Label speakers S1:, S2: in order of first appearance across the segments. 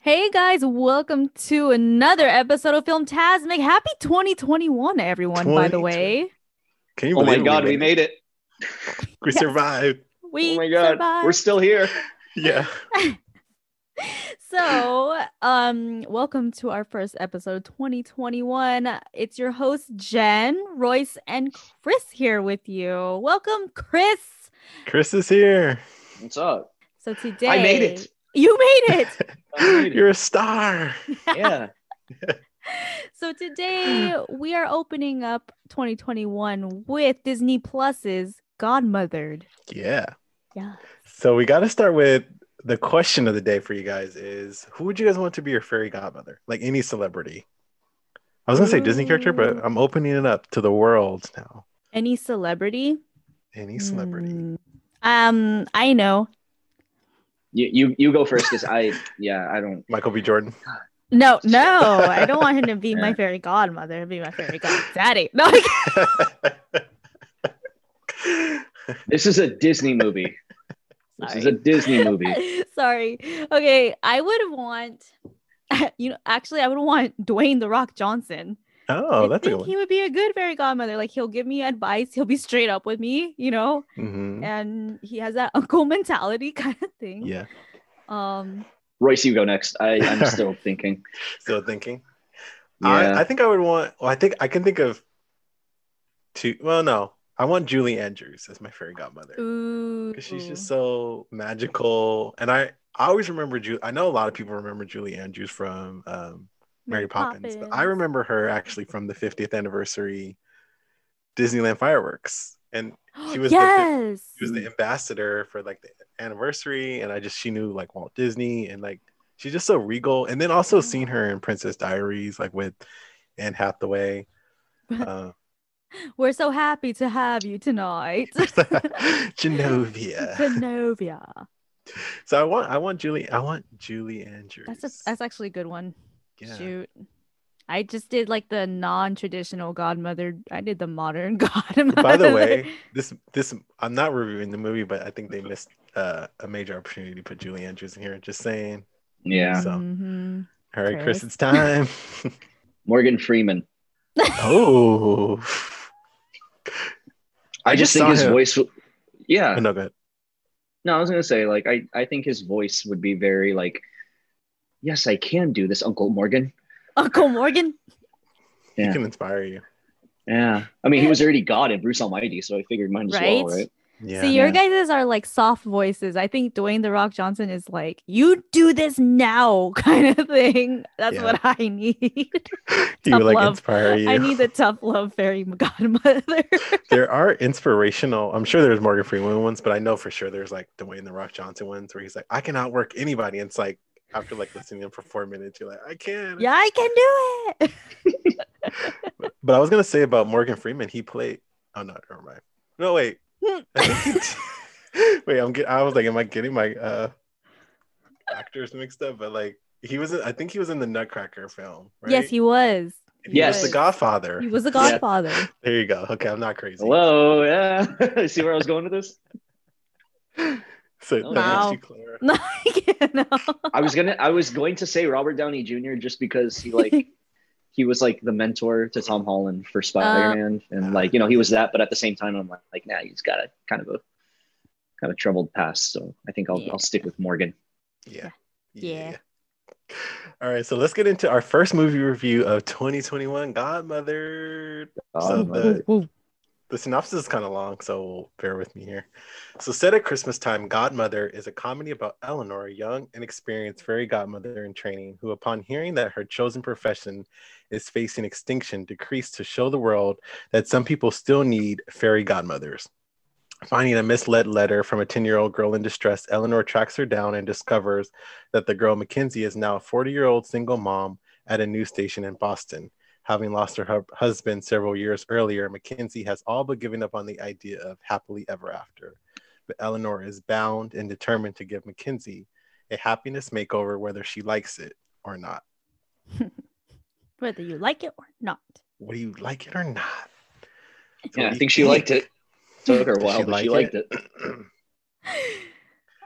S1: Hey guys, welcome to another episode of Film Tasmic. Happy 2021, everyone, by the
S2: 2020.
S1: way.
S2: Can you
S3: Oh my
S2: believe it?
S3: God, we made it.
S2: it. We survived.
S1: We
S3: oh my God.
S1: survived.
S3: We're still here.
S2: Yeah.
S1: so um welcome to our first episode 2021. It's your host Jen, Royce, and Chris here with you. Welcome, Chris.
S2: Chris is here.
S3: What's up?
S1: So today
S3: I made it.
S1: You made it.
S3: I made it.
S2: You're a star.
S3: yeah.
S1: So today we are opening up 2021 with Disney Plus's Godmothered.
S2: Yeah.
S1: Yeah.
S2: So we got to start with the question of the day for you guys is who would you guys want to be your fairy godmother? Like any celebrity. I was going to say Disney character,
S1: Ooh.
S2: but I'm opening it up to the world now.
S1: Any celebrity?
S2: Any celebrity.
S1: Mm. Um, I know.
S3: You, you you go first because I yeah, I don't
S2: Michael B. Jordan.
S1: No, no, I don't want him to be my
S3: Yeah.
S1: fairy godmother, be my fairy goddaddy. No, I can't.
S3: this is a Disney movie. This is a
S1: Sorry.
S3: Disney movie.
S1: Sorry. Okay, I would want you know, actually I would want Dwayne the Rock Johnson.
S2: oh,
S1: I
S2: that's a
S1: think
S2: good one.
S1: he would be a good fairy godmother. Like he'll give me advice, he'll be straight up with me, you know,
S2: Mhm.
S1: and he has that uncle mentality kind of thing.
S2: Yeah.
S1: Um
S3: Royce, you go next. I, I'm still thinking.
S2: Still thinking.
S3: Yeah.
S2: I, I think I would want. Well, I think I can think of two. Well, no, I want Julie Andrews as my fairy godmother
S1: ooh.
S2: because she's just so magical, and I I always remember Julie. I know a lot of people remember Julie Andrews from um, Mary Poppins, but I
S1: Poppins.
S2: remember her actually from the 50th anniversary Disneyland fireworks, and she was the-
S1: yes.
S2: she was the ambassador for like the anniversary, and I just she knew like Walt Disney, and like she's just so regal, and then also seeing her in Princess Diaries, like with Anne Hathaway. Uh,
S1: We're so happy to have you tonight.
S2: Genovia.
S1: Genovia.
S2: So I want I want Julie I want Julie Andrews.
S1: That's a, that's actually a good one.
S2: Yeah.
S1: Shoot. I just did like the non-traditional godmother. I did the modern godmother.
S2: By the way, this this I'm not reviewing the movie, but I think they missed uh, a major opportunity to put Julie Andrews in here. Just saying.
S3: Yeah.
S2: so-
S1: Mhm.
S2: All right,
S1: Chris.
S2: Chris, it's time.
S3: Morgan Freeman.
S2: oh.
S3: I,
S2: I just
S3: just think
S2: saw
S3: his
S2: him.
S3: voice w- Yeah.
S2: Oh, No good.
S3: No, I was gonna say, like, I, I think his voice would be very like, Yes, I can do this, Uncle Morgan.
S1: Uncle Morgan.
S2: He
S3: Yeah.
S2: can inspire you.
S3: Yeah. I mean, he was already God in Bruce Almighty, so I figured mine as well,
S1: Right?
S3: right?
S2: Yeah.
S1: See, your
S3: Yeah.
S1: guys' are like soft voices. I think Dwayne the Rock Johnson is like, you do this now kind of thing. That's
S2: Yeah.
S1: what I need.
S2: he would like
S1: love.
S2: inspire you.
S1: I need the tough love fairy godmother.
S2: there are inspirational. I'm sure there's Morgan Freeman ones, but I know for sure there's like Dwayne the Rock Johnson ones where he's like, I can outwork anybody. And it's like after like listening to him for four minutes, you're like, I can.
S1: yeah, I can do it.
S2: But I was gonna say about Morgan Freeman, he played. Oh no, never mind. No wait. I think he- wait, I'm get, I was like, am I getting my uh actors mixed up? But like, he was. in- I think he was in the Nutcracker film. Right?
S1: Yes, he was.
S2: And he was
S3: Yes.
S2: the Godfather.
S1: He was a
S3: Yeah.
S1: godfather.
S2: There you go. Okay, I'm not crazy.
S3: Hello, yeah. See where I was going with this?
S2: So that
S3: Oh,
S1: wow.
S2: makes you clear.
S1: No, I no.
S3: I was gonna I was going to say Robert Downey Jr. just because he like he was like the mentor to Tom Holland for Spider-Man. and like, you know, he was that, but at the same time I'm like, like nah, he's got a kind of a kind of troubled past. So I think I'll
S1: Yeah.
S3: I'll stick with Morgan.
S2: Yeah.
S1: Yeah.
S2: All right, so let's get into our first movie review of 2021 Godmother. So
S3: Um,
S2: the-
S1: Ooh.
S2: The synopsis is kind of long, so bear with me here. So, set at Christmas time, Godmother is a comedy about Eleanor, a young and experienced fairy godmother in training, who, upon hearing that her chosen profession is facing extinction, decrees to show the world that some people still need fairy godmothers. Finding a misled letter from a 10 year old girl in distress, Eleanor tracks her down and discovers that the girl Mackenzie is now a 40 year old single mom at a news station in Boston. Having lost her hu- husband several years earlier, Mackenzie has all but given up on the idea of happily ever after. But Eleanor is bound and determined to give Mackenzie a happiness makeover, whether she likes it or not.
S1: Whether you like it or not.
S2: Whether you like it or not. So
S3: yeah,
S2: what
S3: I
S2: do
S3: think
S2: you
S3: she liked it. Took her a
S2: Did
S3: while,
S2: she
S3: but
S2: like
S3: she
S2: it?
S3: liked it.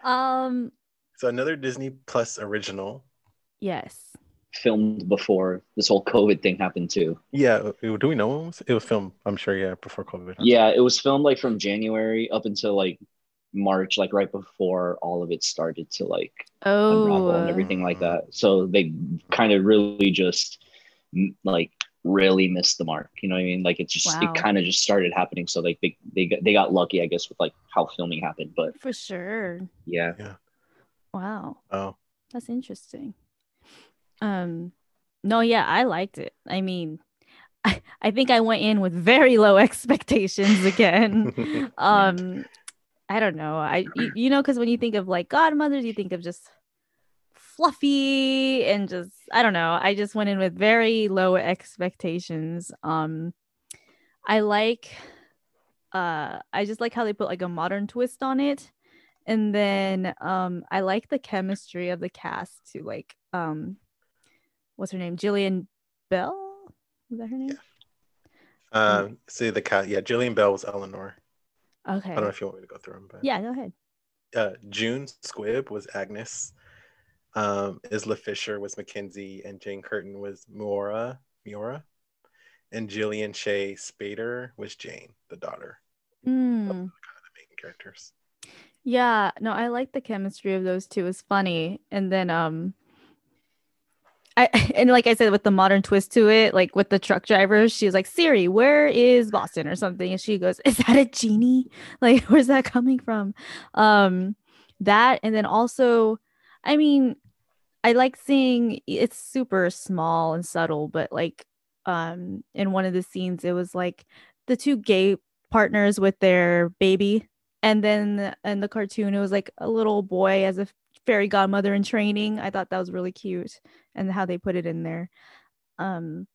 S1: Um,
S2: so another Disney Plus original
S1: Yes.
S3: filmed before this whole COVID thing happened too.
S2: Yeah. it- Do we know when it was? It was filmed, I'm sure, yeah, before COVID. huh?
S3: Yeah, it was filmed like from January up until like March, like right before all of it started to like unravel
S1: Oh.
S3: and everything like that. So they kind of really just m- like really missed the mark. You know what I mean? Like it's just
S1: Wow.
S3: it kind of just started happening. So like they they got, they got lucky, I guess, with like how filming happened. But
S1: uh, For sure.
S3: yeah,
S1: Wow.
S2: Oh,
S1: That's interesting. Um no, yeah, I liked it. I mean, I, I think I went in with very low expectations again. um I don't know. I you, you know cuz when you think of like godmothers, you think of just fluffy and just I don't know. I just went in with very low expectations. Um I like uh I just like how they put like a modern twist on it. And then um I like the chemistry of the cast to like um what's her name? Jillian Bell? Is that her name?
S2: um, see the cat. Yeah, Jillian Bell was Eleanor. I don't know
S1: Okay.
S2: if you want me to go through them, but
S1: Yeah, go ahead.
S2: uh, June Squibb was Agnes. Um, Isla Fisher was Mackenzie, and Jane Curtin was Miora. Miora, and Jillian Shea Spader was Jane, the daughter,
S1: Mm.
S2: the main characters.
S1: Yeah, no, I like the chemistry of those two. It's funny. And then um I and like I said with the modern twist to it, like with the truck driver, she was like, "Siri, where is Boston?" or something and she goes, "Is that a genie? Like where's that coming from?" Um that and then also I mean, I like seeing it's super small and subtle, but like um in one of the scenes it was like the two gay partners with their baby and then in the cartoon it was like a little boy as a fairy godmother in training i thought that was really cute and how they put it in there um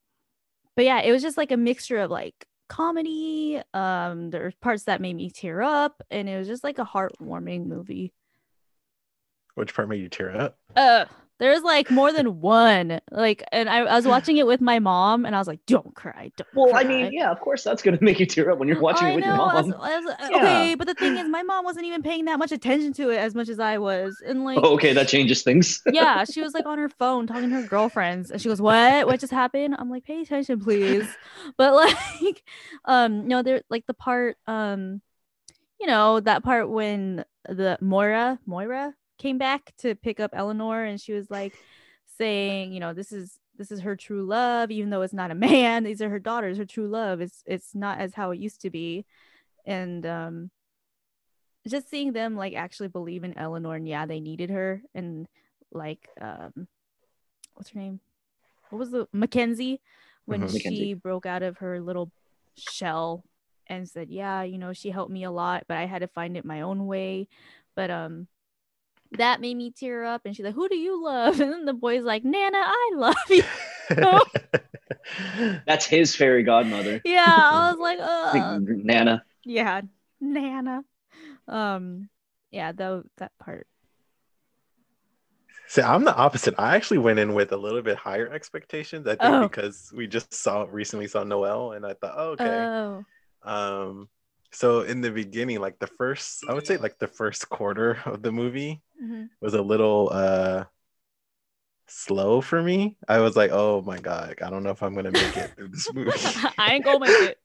S1: but yeah it was just like a mixture of like comedy um there were parts that made me tear up and it was just like a heartwarming movie
S2: Which part made you tear up?
S1: uh there's like more than one like and I, I was watching it with my mom and i was like don't cry don't
S3: well,
S1: cry."
S3: I mean, yeah, of course that's gonna make you tear up when you're watching
S1: I
S3: it with your
S1: know, I was-
S3: mom.
S1: I was- uh,
S3: Yeah.
S1: Okay, but the thing is, my mom wasn't even paying that much attention to it as much as I was, and like,
S3: Oh, okay, that changes things.
S1: yeah, she was like on her phone talking to her girlfriends, and she goes, "What? What just happened?" I'm like, "Pay attention, please." But like, um, no, they're like the part, um, you know, that part when the Moira Moira came back to pick up Eleanor, and she was like saying, you know, this is this is her true love, even though it's not a man. These are her daughters. Her true love. It's it's not as how it used to be, and um. Just seeing them like actually believe in Eleanor and yeah, they needed her and like um what's her name what was the mackenzie when
S2: Mhm.
S1: she
S3: Mm-hmm. Mackenzie.
S1: broke out of her little shell and said yeah you know she helped me a lot but i had to find it my own way but um that made me tear up and she's like who do you love and then the boy's like nana i love you
S3: That's his fairy godmother.
S1: yeah i was like
S3: Like,
S1: oh
S3: Nana.
S1: yeah nana um yeah though that part
S2: See, I'm the opposite. I actually went in with a little bit higher expectations. I think
S1: Oh.
S2: because we just saw recently saw Noel, and I thought, oh, okay.
S1: oh
S2: um so in the beginning like the first i would say like the first quarter of the movie
S1: mhm.
S2: was a little uh slow for me i was like oh my god like, i don't know if i'm gonna make it through this movie
S1: i ain't gonna make it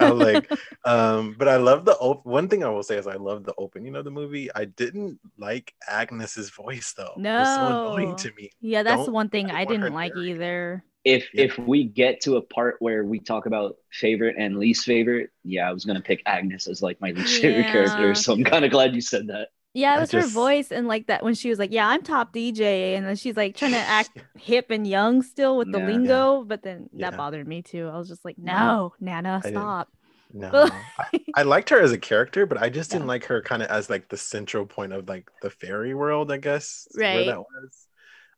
S2: i'm like um but i love the op- one thing i will say is i love the opening of the movie i didn't like agnes's voice though it was so
S1: No.
S2: annoying to me
S1: Yeah, that's
S2: don't-
S1: one thing
S2: I
S1: I
S2: want her
S1: didn't like
S2: married.
S1: either.
S3: If
S2: Yeah.
S3: if we get to a part where we talk about favorite and least favorite, yeah, I was gonna pick Agnes as like my least favorite
S1: Yeah.
S3: character. So I'm kind of glad you said that.
S1: Yeah, it
S2: I
S1: was her
S2: just-
S1: voice and like that when she was like, "Yeah, I'm top DJ," and then she's like trying to act hip and young still with the
S3: Yeah.
S1: lingo, but then that
S2: Yeah.
S1: bothered me too. I was just like, "No, Nana,
S2: didn't-
S1: stop."
S2: no I, I liked her as a character but i just didn't
S3: Yeah.
S2: like her kind of as like the central point of like the fairy world i guess is
S1: Right.
S2: where that was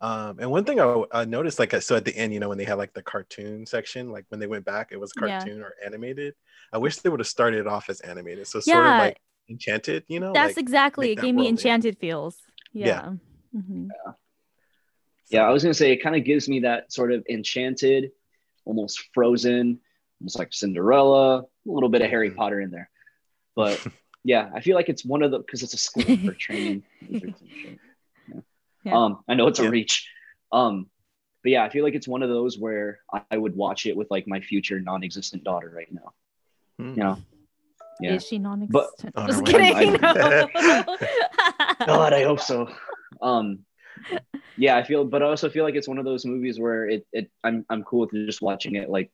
S2: um and one thing I, I noticed like so at the end you know when they had like the cartoon section like when they went back it was
S1: Yeah.
S2: cartoon or animated i wish they would have started it off as animated so sort of
S1: Yeah,
S2: like enchanted you know
S1: that's
S2: like,
S1: exactly
S2: make
S1: it.
S2: that
S1: Gave me
S2: world in.
S1: enchanted feels. Yeah.
S2: Yeah.
S1: Mhm.
S3: Yeah, I was gonna say it kind of gives me that sort of enchanted, almost frozen, almost like Cinderella, a little bit of Harry
S2: Mhm.
S3: Potter in there. But yeah, I feel like it's one of the because it's a school for training. wizards and shit.
S1: Yeah.
S3: Um, I know it's a
S2: Yeah.
S3: reach. Um, but yeah, I feel like it's one of those where I would watch it with like my future non-existent daughter right now.
S2: Hmm.
S3: You know? Yeah.
S1: Is she non-existent?
S2: Oh,
S1: Just
S2: no,
S3: wait,
S1: kidding.
S3: God, I hope so. Um, yeah, I feel, but I also feel like it's one of those movies where it, it I'm, I'm cool with just watching it like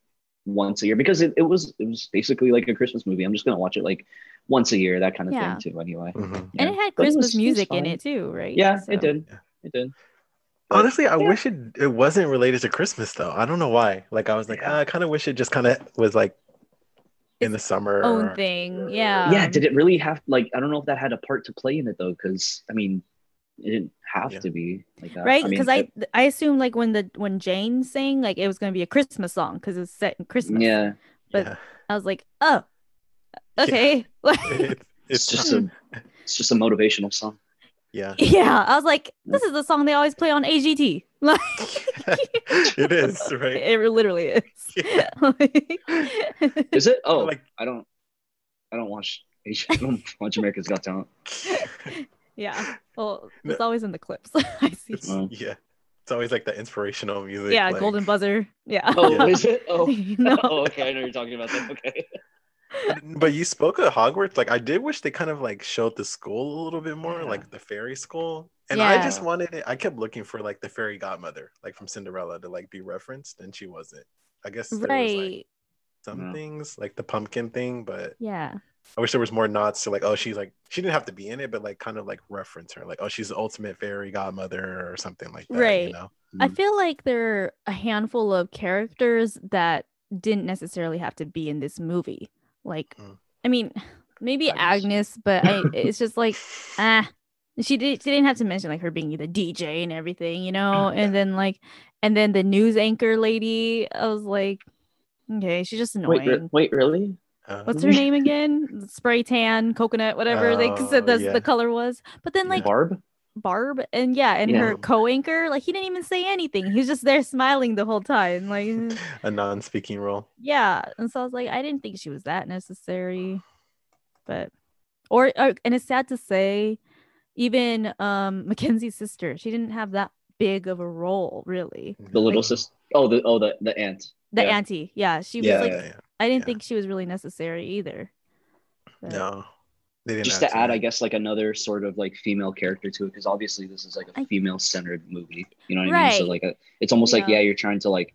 S3: once a year because it, it was, it was basically like a Christmas movie. I'm just gonna watch it like once a year, that kind of
S1: Yeah.
S3: thing too. Anyway,
S2: Mhm.
S1: and it had
S3: But it was-
S1: Christmas
S3: it was
S1: music in
S3: fine.
S1: it too, right?
S3: yeah,
S1: So-
S3: it did, it did.
S2: Honestly, I
S3: Yeah.
S2: wish it, it wasn't related to Christmas though. I don't know why. Like I was like,
S3: Yeah.
S2: "Ah, I kind of wish it just kind of was like in the summer.
S1: Own
S2: or-
S1: thing. Yeah.
S3: yeah, did it really have like I don't know if that had a part to play in it though, because I mean, it didn't have
S2: Yeah.
S3: to be like that.
S1: right
S3: mean,
S1: because
S3: it-
S1: I, th- I assumed like when the when jane sang like it was going to be a christmas song because it's set in christmas
S3: yeah,
S1: but-
S2: Yeah.
S1: i was like oh okay Like,
S2: It-
S3: it's,
S2: it's
S3: just
S2: not-
S1: Hmm.
S3: a, it's just a motivational song.
S2: yeah.
S1: yeah i was like this is the song they always play on agt like
S2: it is right.
S1: it literally is
S2: Yeah.
S1: Like-
S3: Is it? Oh,
S2: Like-
S3: I don't, I don't watch. I don't watch America's Got Talent.
S1: yeah well
S2: No.
S1: it's always in the clips i see
S2: It's,
S3: Wow.
S2: yeah, it's always like the inspirational music.
S1: yeah
S2: like-
S1: golden buzzer yeah
S3: Oh,
S2: Yeah.
S3: is it? Oh.
S1: No.
S3: oh, okay. I know you're talking about that. Okay.
S2: But you spoke of Hogwarts. Like I did wish they kind of like showed the school a little bit more,
S3: Yeah.
S2: like the fairy school. And
S1: Yeah.
S2: I just wanted it. I kept looking for like the fairy godmother, like from Cinderella, to like be referenced, and she wasn't. I guess there was, like,
S1: right
S2: some
S3: Yeah.
S2: things, like the pumpkin thing, but
S1: yeah
S2: I wish there was more nods to like, oh, she's like she didn't have to be in it, but like kind of like reference her, like, oh, she's the ultimate fairy godmother or something like that.
S1: Right.
S2: You know?
S1: I
S3: Mhm.
S1: feel like there are a handful of characters that didn't necessarily have to be in this movie. Like,
S2: Mm.
S1: I mean, maybe
S3: Agnes.
S1: Agnes, but I, it's just like, ah, she, did, she didn't have to mention like her being the DJ and everything, you know? And then, like, and then the news anchor lady, I was like, okay, she's just annoying.
S3: Wait, re- wait, really?
S2: Uh,
S1: What's her name again? Spray tan, coconut, whatever they
S2: Oh,
S1: said the,
S2: yeah.
S1: the color was. But then, like,
S3: Barb?
S1: Barb and yeah, and her
S2: Yeah.
S1: co-anchor, like he didn't even say anything. He's just there smiling the whole time. Like
S2: a non-speaking role.
S1: yeah. And so I was like, I didn't think she was that necessary. But or, or and it's sad to say, even um Mackenzie's sister, she didn't have that big of a role, really.
S3: The little
S2: Like-
S3: sister? Oh, the oh the the aunt.
S1: The
S3: Yeah.
S1: auntie. Yeah. She was
S3: Yeah,
S1: like
S2: yeah, yeah.
S1: I didn't
S2: yeah.
S1: think she was really necessary either. But-
S2: No, they didn't.
S3: Just
S2: have
S3: to add,
S2: be.
S3: I guess, like another sort of like female character to it, because obviously this is like
S1: I-
S3: a female-centered movie. You know what I mean? So
S1: Right.
S3: like, a, it's almost like
S1: Yeah.
S3: yeah, you're trying to like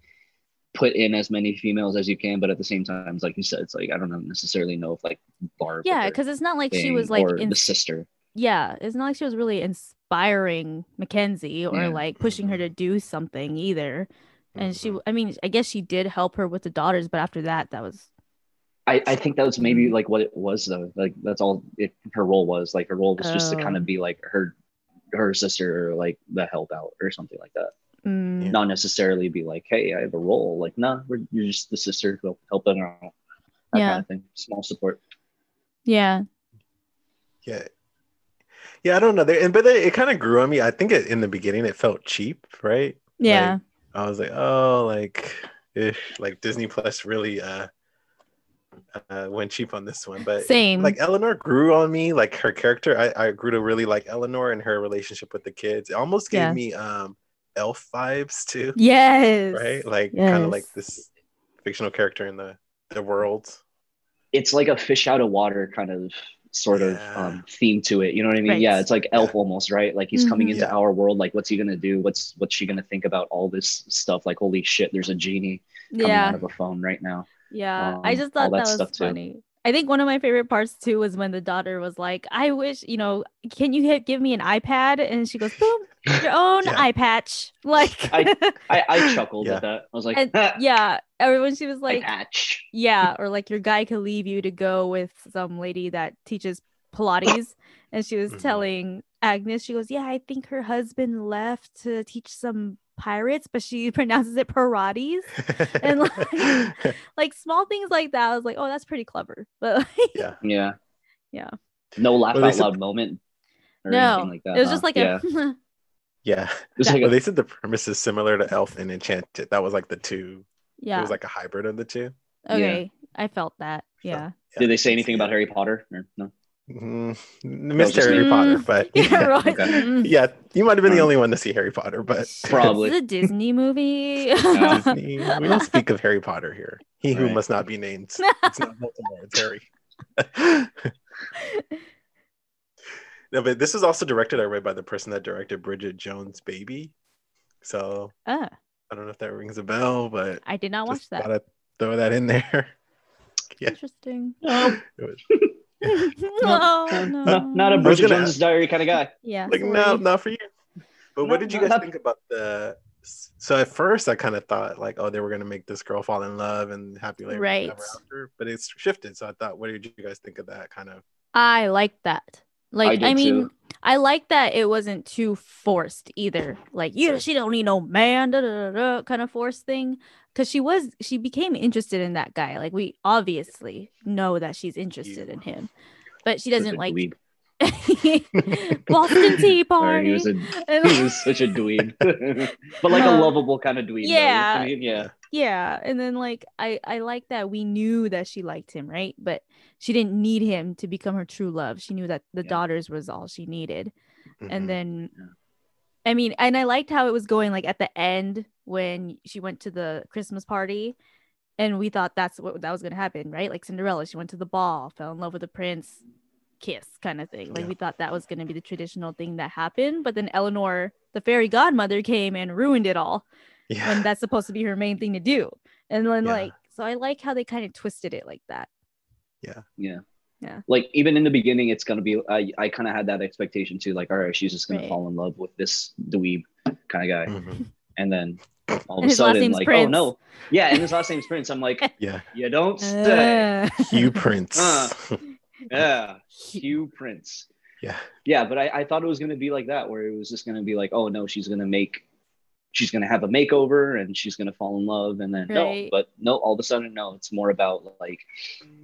S3: put in as many females as you can, but at the same time, like you said, it's like I don't know- necessarily know if like Barb. with
S1: Yeah,
S3: her
S1: because it's not like she
S3: thing
S1: was like
S3: or
S1: in
S3: the sister.
S1: yeah, it's not like she was really inspiring Mackenzie or
S3: Yeah.
S1: like pushing her to do something either. And she,
S3: Mm-hmm.
S2: Mhm.
S1: I mean, I guess she did help her with the daughters, but after that, that was
S3: I, I think that was maybe like what it was though. Like that's all it her role was. Like her role was just to
S1: Oh.
S3: kind of be like her her sister or like the help out or something like that.
S1: mm,
S3: Not necessarily be like, hey, I have a role. Like, nah, we're, you're just the sister who helping her out. That
S1: Yeah.
S3: kind of thing. Small support.
S1: yeah,
S2: Yeah. Yeah, I don't know. They- And but they, it kind of grew on me. I think it, in the beginning it felt cheap, right?
S1: yeah,
S2: Like, I was like, oh, like, ish, like Disney Plus really uh, uh went cheap on this one.
S3: uh,
S2: But
S1: same,
S2: like Eleanor grew on me, like her character. I, I grew to really like Eleanor and her relationship with the kids. It almost gave
S1: Yes.
S2: me um elf vibes too,
S1: yes,
S2: right? Like kind of like
S1: Yes.
S2: this fictional character in the the world.
S3: It's like a fish out of water kind of sort of
S2: Yeah.
S3: um, theme to it. You know what I mean?
S1: Right.
S3: Yeah, it's like elf almost, right? Like he's coming
S1: Mhm.
S3: into
S2: Yeah.
S3: our world. Like, what's he gonna do? What's what's she gonna think about all this stuff? Like, holy shit, there's a genie coming
S1: yeah,
S3: out of a phone right now.
S1: yeah. I
S3: um,
S1: just
S3: all
S1: thought
S3: that
S1: that,
S3: stuff
S1: was
S3: too.
S1: funny. I think one of my favorite parts too was when the daughter was like, "I wish, you know, can you hit, give me an iPad?" And she goes, "Boom, your own
S2: Yeah.
S1: eye patch." Like,
S3: I, I chuckled
S2: Yeah.
S3: at that. I was like,
S1: And-
S3: "Ha,
S1: yeah, everyone. She was
S3: like,
S1: like,
S3: "Atch."
S1: Yeah, or like your guy could leave you to go with some lady that teaches Pilates. And she was
S2: Mhm.
S1: telling Agnes, she goes, Yeah, I think her husband left to teach some pirates, but she pronounces it Pilates. And, like- Like small things like that. I was like, Oh, that's pretty clever. But like,
S2: yeah.
S3: Yeah.
S1: Yeah.
S3: No laugh
S2: Well, they
S3: out
S2: said-
S3: loud moment. Or
S1: no,
S3: anything like that.
S1: it was
S3: huh?
S1: just like
S3: Uh-huh. yeah.
S1: a
S2: Yeah.
S3: It was like
S2: Well,
S3: a-
S2: they said the premise is similar to Elf and Enchanted. That was like the two. It
S1: yeah.
S2: was like a hybrid of the two.
S1: okay. I felt that. Yeah.
S3: did they say anything about Harry Potter? Or, no.
S2: Mm, missed
S3: just
S2: Harry
S1: me.
S2: Potter,
S1: Mm.
S2: but
S1: Yeah,
S2: yeah,
S1: right.
S3: okay.
S1: Mm.
S2: yeah, you might have been the
S3: Mm.
S2: only one to see Harry Potter, but
S3: Probably.
S1: This is a Disney movie.
S2: Disney, we don't speak of Harry Potter here. He who
S3: Right.
S2: must not be named. It's not Baltimore, it's Harry. no, but this is also directed, I read, by the person that directed Bridget Jones' Baby. So
S1: Ah,
S2: I don't know if that rings a bell, but
S1: I did not watch
S2: just
S1: that.
S2: gotta throw that in there. yeah.
S1: Interesting.
S2: It was-
S1: oh, no.
S3: Not, not a
S2: I was
S3: Bridget
S2: gonna
S3: Jones'
S2: ask-
S3: Diary kind of guy.
S1: Yeah.
S2: like
S1: sorry.
S2: no not for you but
S3: No,
S2: what did you
S3: no,
S2: guys
S3: not-
S2: think about the so at first i kind of thought like oh they were going to make this girl fall in love and happy later
S1: Right.
S2: after but it's shifted so i thought what did you guys think of that kind of
S1: I like that. Like
S3: did
S1: I, mean,
S3: too.
S1: I like that it wasn't too forced either. Like you, she don't need no man, da, da, da, da, kind of forced thing. Because she was, she became interested in that guy. Like we obviously know that she's interested in him, but she
S3: Such
S1: doesn't
S3: a
S1: like
S3: dweeb.
S1: Boston Tea
S3: Sorry, he
S1: Party.
S3: was a
S1: And,
S3: he was such a dweeb, but like a
S1: Uh,
S3: lovable kind of dweeb. though.
S1: yeah.
S3: I mean, yeah.
S1: yeah, and then like I, I like that we knew that she liked him, right? But she didn't need him to become her true love. She knew that the
S3: Yeah.
S1: daughters was all she needed.
S2: Mm-hmm.
S1: and then
S3: Yeah.
S1: i mean and i liked how it was going like at the end when she went to the christmas party and we thought that's what that was going to happen right like cinderella she went to the ball fell in love with the prince kiss kind of thing like
S2: Yeah.
S1: we thought that was going to be the traditional thing that happened but then eleanor the fairy godmother came and ruined it all
S2: yeah
S1: when that's supposed to be her main thing to do and then
S2: Yeah.
S1: like so i like how they kind of twisted it like that
S3: Yeah.
S1: Yeah.
S3: Like even in the beginning, it's gonna be. I I kind of had that expectation too. Like, all right, she's just gonna
S1: Right.
S3: fall in love with this dweeb kind of guy,
S2: Mhm.
S3: and then
S1: And
S3: all of a
S1: his last
S3: sudden,
S1: name's
S3: like, oh
S1: Prince.
S3: no, yeah, and his last name's Prince. I'm like,
S2: yeah
S3: you don't
S1: Uh,
S3: say.
S2: you prince
S3: Uh. yeah,
S1: Uh,
S3: Hugh Prince.
S2: yeah
S3: Yeah, but I, I thought it was gonna be like that, where it was just gonna be like, oh no, she's gonna make, she's gonna have a makeover, and she's gonna fall in love, and then no,
S1: Right.
S3: but no, all of a sudden no, it's more about like,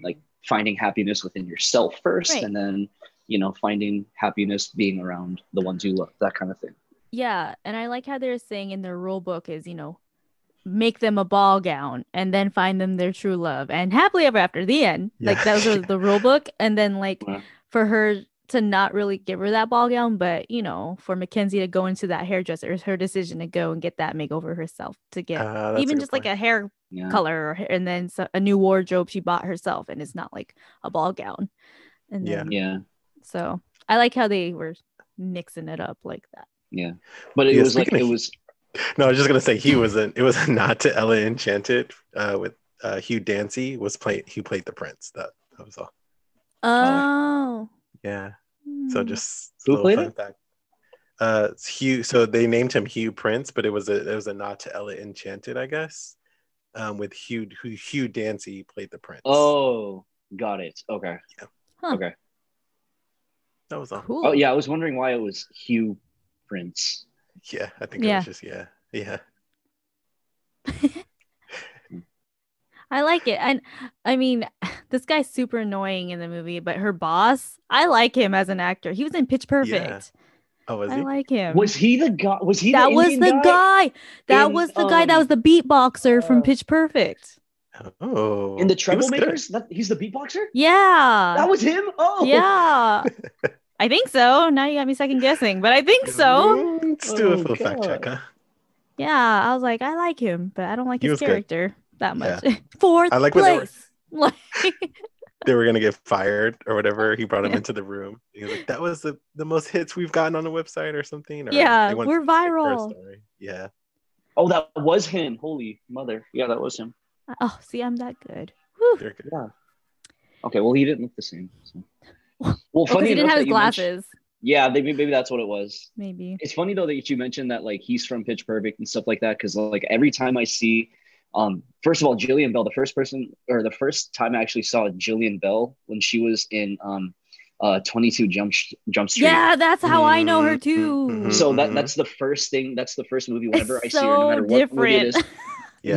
S3: like finding happiness within yourself first,
S1: Right.
S3: and then you know finding happiness being around the ones you love, that kind of thing.
S1: Yeah, and I like how they're saying in their rule book is, you know, make them a ball gown and then find them their true love and happily ever after the end.
S2: Yeah.
S1: Like that was the rule book, and then like
S3: Yeah.
S1: for her to not really give her that ball gown, but you know, for Mackenzie to go into that hairdresser, it's her decision to go and get that makeover herself to get
S2: Uh, that's
S1: even
S2: a
S1: just
S2: good
S1: like a hair
S3: Yeah,
S1: color or, and then so, a new wardrobe she bought herself, and it's not like a ball gown. And
S2: Yeah.
S1: then,
S3: yeah,
S1: so I like how they were mixing it up like that.
S3: yeah. But it
S2: Yeah,
S3: was like
S2: speaking of-
S3: it was
S2: point. no i was just gonna say he was an it was a nod to ella enchanted uh with uh hugh dancy was played he played the prince that that was all
S1: Oh.
S2: yeah So
S1: Hmm.
S2: just
S3: Who
S2: little
S3: played
S2: fun
S3: it?
S2: fact. Uh, it's Hugh. So they named him Hugh Prince, but it was a it was a nod to Ella Enchanted, I guess. Um, with Hugh who Hugh Dancy played the prince.
S3: oh, got it. Okay,
S2: Yeah.
S1: Huh.
S3: okay.
S2: that was all.
S1: Cool.
S3: Oh yeah, I was wondering why it was Hugh Prince.
S2: Yeah, I think it
S1: Yeah.
S2: was just yeah, yeah.
S1: I like it. And I mean, this guy's super annoying in the movie, but her boss, I like him as an actor. He was in Pitch Perfect.
S2: Oh, was
S1: I
S2: he?
S1: like him.
S3: Was he the guy? Was he
S1: that
S3: the
S1: was
S3: Indian
S1: the guy. That
S3: in,
S1: was the guy that
S3: um,
S1: was the beatboxer
S3: uh,
S1: from Pitch Perfect.
S2: oh,
S3: In the
S2: he was
S3: Treble
S2: good.
S3: Makers? That, he's the beatboxer?
S1: Yeah.
S3: that was him? Oh.
S1: yeah. I think so. Now you got me second guessing, but I think so.
S2: Mm, let's do a
S3: Oh,
S2: full fact
S3: God.
S2: check, huh?
S1: Yeah. I was like, I like him, but I don't like
S2: He
S1: his
S2: was good.
S1: character that
S2: Yeah.
S1: much. Fourth
S2: I like when they were-
S1: place. Like,
S2: They were gonna get fired or whatever. He brought him
S1: Yeah.
S2: into the room. He was like, "That was the, the most hits we've gotten on the website or something." Or
S1: yeah,
S2: they wanted
S1: we're
S2: to take their
S1: viral.
S2: story. Yeah.
S3: Oh, that was him. Holy mother. Yeah, that was him.
S1: Oh, see, I'm that good. Oh, Whew.
S2: They're good.
S3: Okay, well, he didn't look the same. so.
S1: Well,
S3: Well,
S1: Because
S3: funny
S1: he didn't
S3: enough
S1: have
S3: that
S1: his
S3: you mentioned-
S1: glasses,
S3: Yeah, maybe, maybe that's what it was.
S1: maybe.
S3: It's funny though that you mentioned that like he's from Pitch Perfect and stuff like that because like every time I see, um, first of all, Jillian Bell, the first person or the first time I actually saw Jillian Bell when she was in um, uh, Twenty Two Jump Sh- Jump Street.
S1: Yeah, that's how I know her
S2: Mhm,
S1: too.
S2: mhm.
S3: So that
S2: Mhm.
S3: that's the first thing. That's the first movie
S1: it's
S3: whenever I see her, no
S1: so
S3: matter what movie it
S1: different.
S3: is.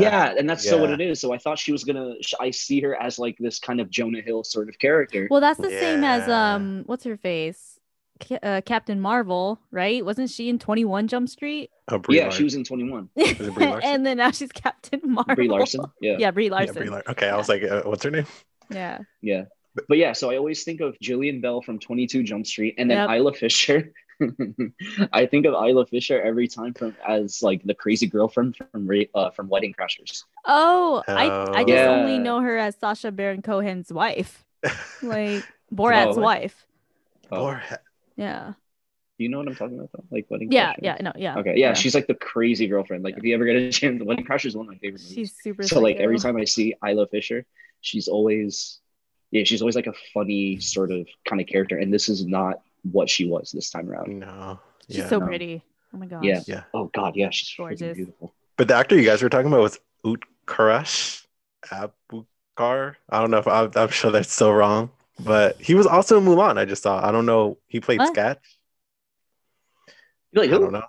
S3: Yeah. and that's so what
S2: Yeah.
S3: it is. So I thought she was gonna. sh- I see her as like this kind of Jonah Hill sort of character.
S1: well, that's the same as
S2: Yeah.
S1: um, what's her face, Ca- uh, Captain Marvel, right? Wasn't she in Twenty One Jump Street?
S2: Oh, Brie
S3: yeah,
S2: Larson.
S3: she was in Twenty One.
S2: it Brie Larson?
S1: and then now she's Captain Marvel.
S3: Brie Larson. Yeah.
S1: Yeah, Brie
S2: Yeah,
S1: Larson.
S2: Brie Lar- okay, I was like, uh, what's her name?
S1: Yeah.
S3: Yeah. But yeah, so I always think of Jillian Bell from 22 Jump Street and then
S1: Yep.
S3: Isla Fisher. I think of Isla Fisher every time from as like the crazy girlfriend from Ra- uh, from Wedding Crashers.
S1: Oh, I I just
S3: Oh.
S1: only
S3: Yeah.
S1: know her as Sasha Baron Cohen's wife, like Borat's
S3: Oh.
S1: wife.
S3: Oh,
S2: Or
S1: Yeah,
S3: Do you know what I'm talking about? Though? Like Wedding
S1: yeah,
S3: Crashers?
S1: yeah, no, yeah.
S3: Okay, yeah, she's like the crazy girlfriend. Like if you ever get a chance, Wedding Crashers is one of my favorite movies.
S1: she's super.
S3: so like every
S1: psycho.
S3: time I see Isla Fisher, she's always yeah, she's always like a funny sort of kind of character, and this is not what she was this time around.
S2: no.
S1: she's
S2: yeah.
S1: so
S3: no.
S1: pretty. Oh my gosh.
S3: Yeah.
S2: Yeah.
S3: Oh God, yeah, she's freaking
S1: Gorgeous.
S3: beautiful.
S2: But the actor you guys were talking about was Utkarsh Abukar. I don't know if I'm, I'm sure that's so wrong, but he was also in Mulan. I just saw. I don't know. He played
S1: What?
S2: Scat.
S3: You're
S2: I
S3: like,
S2: don't
S3: who?
S2: know.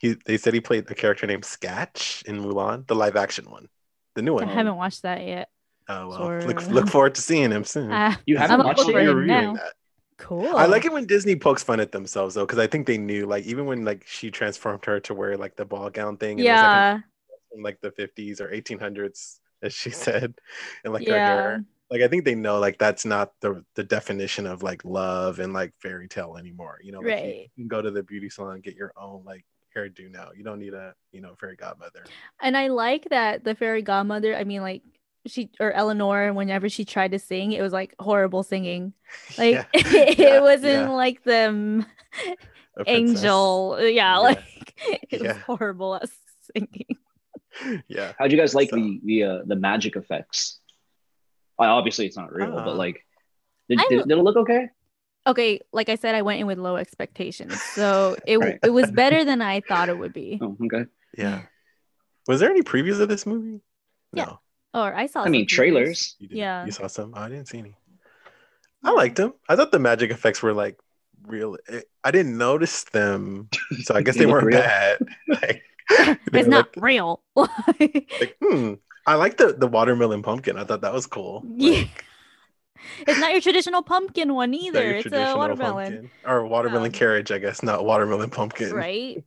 S2: He they said he played a character named Scatch in Mulan, the live action one, the new
S1: I
S2: one.
S3: Wow.
S1: haven't watched that yet.
S2: Oh well,
S1: Or-
S2: look, look forward to seeing him soon.
S1: Ah,
S3: You haven't
S1: I'm
S3: watched
S1: over
S3: it?
S1: it
S2: You're reviewing
S1: now.
S2: that.
S1: Cool.
S2: Mm. I like it when Disney pokes fun at themselves though, because I think they knew, like, even when like she transformed her to wear like the ball gown thing, and it was, like,
S1: Yeah,
S2: in like the 50s or 1800s as she said and like her
S1: yeah.
S2: hair like i think they know like that's not the the definition of like love and like fairy tale anymore you know like, you-
S1: Right.
S2: you can go to the beauty salon and get your own like hairdo now you don't need a you know fairy godmother
S1: And I like that the fairy godmother, I mean, like she or Eleanor, whenever she tried to sing, it was like horrible singing. Like
S2: Yeah.
S1: it
S2: Yeah,
S1: wasn't
S2: yeah.
S1: like them
S2: A princess.
S1: angel. Yeah,
S2: Yeah.
S1: like it
S2: Yeah.
S1: was horrible at singing.
S2: yeah
S3: How'd you guys like
S2: So-
S3: the the uh, the magic effects? Uh, obviously, it's not real,
S2: Uh,
S3: but like, did,
S1: I
S3: did,
S1: don't-
S3: did it look okay?
S1: Okay, like I said, I went in with low expectations. So it
S3: Right.
S1: it was better than I thought it would be.
S3: Oh, okay.
S2: yeah was there any previews of this movie
S1: Yeah.
S2: no
S1: Or I saw
S3: I mean,
S1: some previews.
S3: trailers.
S2: you didn't.
S1: Yeah.
S2: you saw some Oh, i didn't see any i liked them i thought the magic effects were like real eh, i didn't notice them so i guess
S3: They
S2: they
S3: look
S2: weren't
S3: real.
S2: bad like they
S1: It's
S2: were,
S1: not
S2: like,
S1: real.
S2: like, hmm, I like the the watermelon pumpkin. I thought that was cool.
S1: Yeah.
S2: Like,
S1: It's not your traditional pumpkin one
S2: is that
S1: either.
S2: your
S1: It's a
S2: traditional
S1: watermelon.
S2: pumpkin? or watermelon
S1: Yeah.
S2: carriage, I guess, not watermelon pumpkin.
S1: right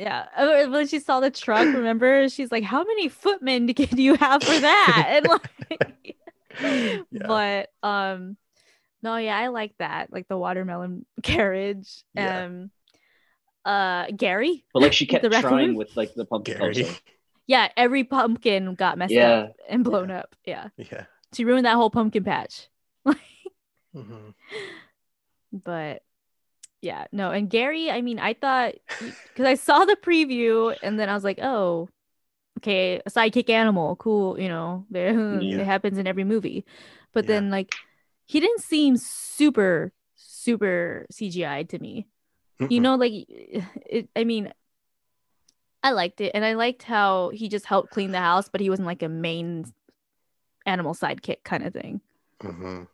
S1: yeah Oh, when she saw the truck remember she's like how many footmen can you have for that and like
S2: Yeah.
S1: but um no yeah i like that like the watermelon carriage
S2: Yeah.
S1: um uh gary
S3: But like, she kept
S1: The raccoon?
S3: trying with like the pumpkin.
S2: Gary.
S3: also.
S1: yeah every pumpkin got messed
S3: Yeah.
S1: up and blown up yeah
S2: Yeah.
S1: she ruined that whole pumpkin patch
S2: Mhm.
S1: but yeah no and gary i mean i thought because i saw the preview and then i was like oh okay a sidekick animal cool you know there
S2: Yeah.
S1: it happens in every movie but
S2: Yeah.
S1: then like he didn't seem super super cgi to me you
S2: Mhm.
S1: know like it, i mean i liked it and i liked how he just helped clean the house but he wasn't like a main animal sidekick kind of thing
S2: Mhm.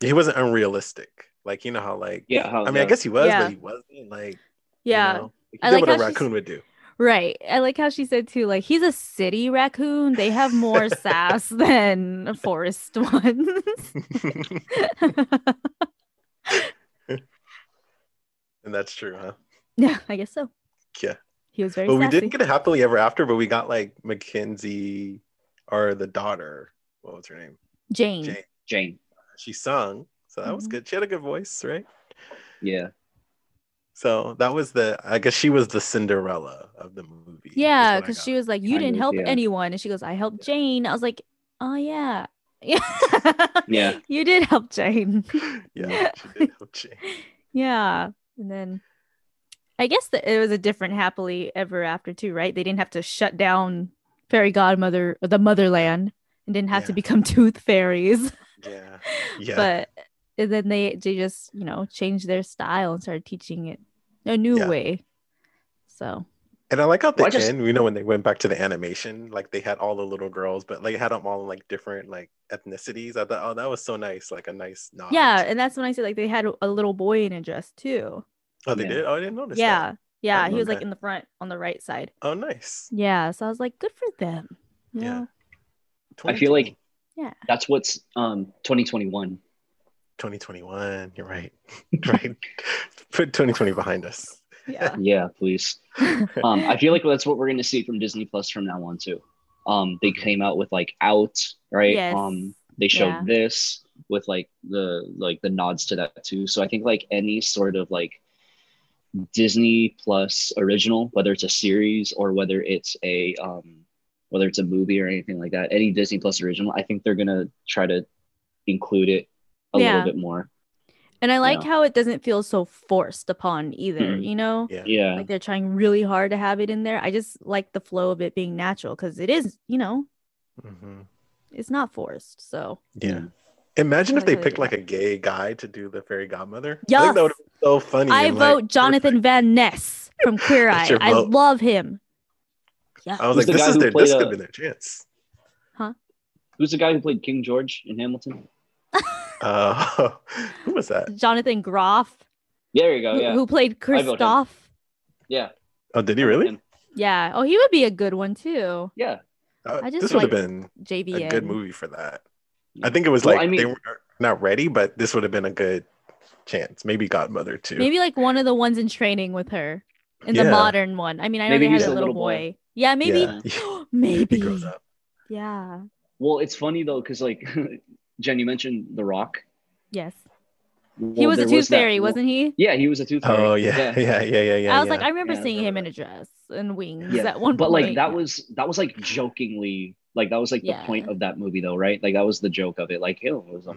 S2: He wasn't unrealistic. Like you know how like
S3: Yeah. how-
S2: I mean,
S3: yeah.
S2: I guess he was,
S1: Yeah.
S2: but he wasn't like
S1: yeah
S2: You know, he
S1: I
S2: did
S1: like
S2: what a
S1: how she's-
S2: raccoon would do.
S1: Right. I like how she said too, like he's a city raccoon. They have more sass than forest ones.
S2: and that's true, huh?
S1: yeah, I guess so.
S2: Yeah.
S1: He was very
S2: But we
S1: sassy.
S2: didn't get a happily ever after, but we got like Mackenzie or the daughter. What was her name?
S1: Jane.
S2: Jane.
S3: Jane.
S2: she sung so that was
S1: Mhm.
S2: good she had a good voice right
S3: Yeah.
S2: so that was the i guess she was the cinderella of the movie is
S1: Yeah,
S2: what I
S1: because
S2: got.
S1: she was like, You
S3: Kind
S1: didn't
S3: of,
S1: help
S3: yeah.
S1: anyone. And she goes, I helped Jane. I was like, Oh yeah.
S3: Yeah.
S1: You did help Jane.
S2: yeah she did help Jane.
S1: yeah. And then I guess that it was a different happily ever after too, right? They didn't have to shut down fairy godmother or the motherland and didn't have to
S2: Yeah.
S1: become tooth fairies.
S2: yeah yeah
S1: But and then they they just, you know, changed their style and started teaching it a new
S2: Yeah.
S1: way. So
S2: and i like how at the
S3: Well, I just-
S2: end you know when they went back to the animation like they had all the little girls but like had them all in like different like ethnicities i thought oh that was so nice like a nice nod
S1: yeah, and that's when I said like they had a little boy in a dress too.
S2: oh they
S3: Yeah.
S2: did oh i didn't notice that.
S1: yeah. Yeah. He
S2: didn't
S1: was
S2: know
S1: like
S2: that.
S1: in the front on the right side.
S2: oh nice
S1: Yeah. So I was like, good for them. you
S2: Yeah.
S1: know?
S3: I feel like
S2: 2020.
S3: that's what's um 2021.
S2: 2021 you're right right put 2020 behind us
S1: Yeah.
S3: Yeah, please. um, I feel like that's what we're gonna see from Disney Plus from now on too. Um, they came out with like Out, right?
S1: Yes.
S3: Um, they showed
S1: Yeah.
S3: this with like the like the nods to that too so i think like any sort of like disney plus original whether it's a series or whether it's a um whether it's a movie or anything like that any disney plus original i think they're gonna try to include it a
S1: Yeah.
S3: little bit more
S1: And I like
S3: Yeah.
S1: how it doesn't feel so forced upon either,
S3: Mhm.
S1: you know?
S2: Yeah.
S3: yeah
S1: Like they're trying really hard to have it in there. I just like the flow of it being natural because it is, you know,
S2: hmm
S1: it's not forced. So
S2: Yeah.
S3: Mm.
S2: Imagine if
S1: I
S2: they
S1: like
S2: picked
S1: that.
S2: like a gay guy to do the fairy godmother. I
S1: Yes.
S2: think that would be so funny.
S1: I
S2: and, like,
S1: vote Jonathan Van Ness from Queer Eye.
S2: That's your
S1: I
S2: vote. Oh.
S1: love him. Yeah.
S2: perfect. I was
S3: Who's
S2: like,
S3: the
S2: this
S3: guy
S2: is
S3: who
S2: their
S3: played,
S2: this could
S3: uh,
S2: be their chance.
S3: who's the guy who played king george in hamilton
S2: Uh, who was that?
S1: Jonathan Groff,
S3: there you go
S1: who,
S3: Oh, yeah
S1: who played
S3: vote him.
S1: Kristoff.
S3: yeah
S2: Oh, did he really?
S3: Him.
S1: Yeah. Oh, he would be a good one too.
S3: yeah
S2: Uh,
S1: I just
S2: this would have
S1: like
S2: been
S1: JVN.
S2: a good movie for that.
S3: Yeah.
S2: I think it was
S3: Well,
S2: like
S3: I
S2: they
S3: mean-
S2: were not ready, but this would have been a good chance. Maybe Godmother too.
S1: Maybe like one of the ones in training with her in the
S2: Yeah.
S1: modern one. I mean, I know
S3: Maybe
S1: they had
S3: he's
S1: a
S3: a
S1: little
S3: little boy.
S1: boy. Yeah, maybe.
S2: Yeah.
S1: maybe.
S2: he grows up.
S1: Yeah.
S3: well it's funny though because like jen you mentioned the rock
S1: Yes. he
S3: Well,
S1: was a
S3: there
S1: tooth
S3: that
S1: fairy,
S3: one-
S1: wasn't he?
S3: Yeah, he was a tooth fairy.
S2: Oh yeah, yeah, yeah, yeah, yeah.
S1: I was like,
S2: yeah.
S1: I remember
S3: Yeah, I
S1: seeing him
S3: remember
S1: in a dress and wings
S3: Yeah,
S1: at one
S3: But
S1: point.
S3: like that was that was like jokingly like that was like the
S1: Yeah.
S3: point of that movie though, right? Like that was the joke of it. Like it was a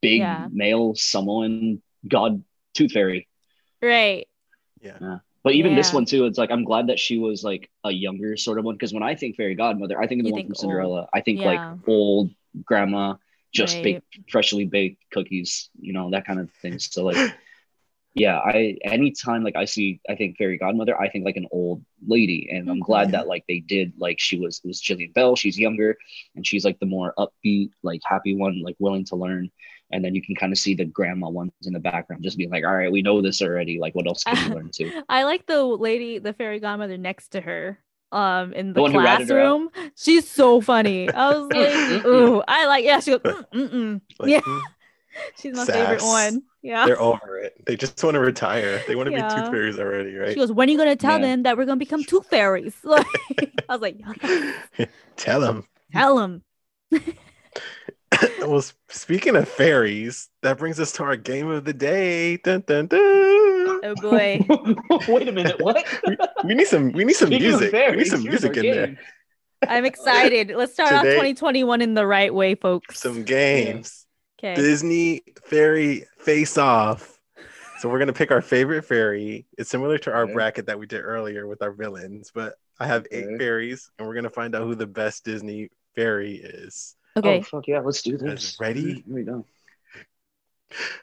S3: big
S1: Yeah.
S3: male Samoan god tooth fairy.
S1: right.
S3: But even this
S1: Yeah.
S3: one too, it's like I'm glad that she was like a younger sort of one because when I think fairy godmother, I think of the
S1: You
S3: one
S1: think
S3: from Cinderella. I think
S1: Yeah.
S3: like old grandma, just
S1: Right.
S3: baked, freshly baked cookies, you know that kind of thing. So like, yeah, I anytime like I see, I think fairy godmother, I think like an old lady, and I'm
S1: Mhm.
S3: glad
S2: Yeah.
S3: that like they did like she was it was Jillian Bell, she's younger, and she's like the more upbeat, like happy one, like willing to learn. And then you can kind of see the grandma ones in the background, just being like, "All right, we know this already. Like, what else can we learn too?"
S1: I like the lady, the fairy godmother next to her um in the,
S3: The one who ratted her out? Mm,
S1: classroom. She's so funny. I was like,
S3: Mm-mm.
S1: ooh, I like yeah, she goes, mm, mm, mm.
S2: Like,
S1: Yeah.
S2: mm,
S1: She's my
S2: Sass.
S1: favorite one. Yeah.
S2: They're over it. They just want to retire. They want to be
S1: Yeah.
S2: tooth fairies already,
S1: She
S2: right?
S1: goes, When are you gonna tell
S3: Yeah.
S1: them that we're gonna become two fairies? Like I was like, "Yeah,
S2: Tell them.
S1: tell them.
S2: well, s- speaking of fairies, that brings us to our game of the day. Dun, dun, dun.
S1: Oh boy.
S3: Wait a minute, what?
S2: We need some. We need some
S3: Speaking of
S2: music. we need
S3: fairies,
S2: some
S3: here's
S2: music
S3: our
S2: in there.
S3: game.
S1: I'm excited. Let's start off
S2: Today-
S1: 2021 in the right way, folks.
S2: Some games.
S1: okay.
S2: Disney fairy face off. So we're gonna pick our favorite fairy. It's similar to our
S3: Okay.
S2: bracket that we did earlier with our villains, but I have eight
S3: Okay.
S2: fairies, and we're gonna find out who the best Disney fairy is.
S1: Okay.
S3: Oh fuck yeah, let's do
S2: Guys,
S3: this.
S2: ready?
S3: Here we go.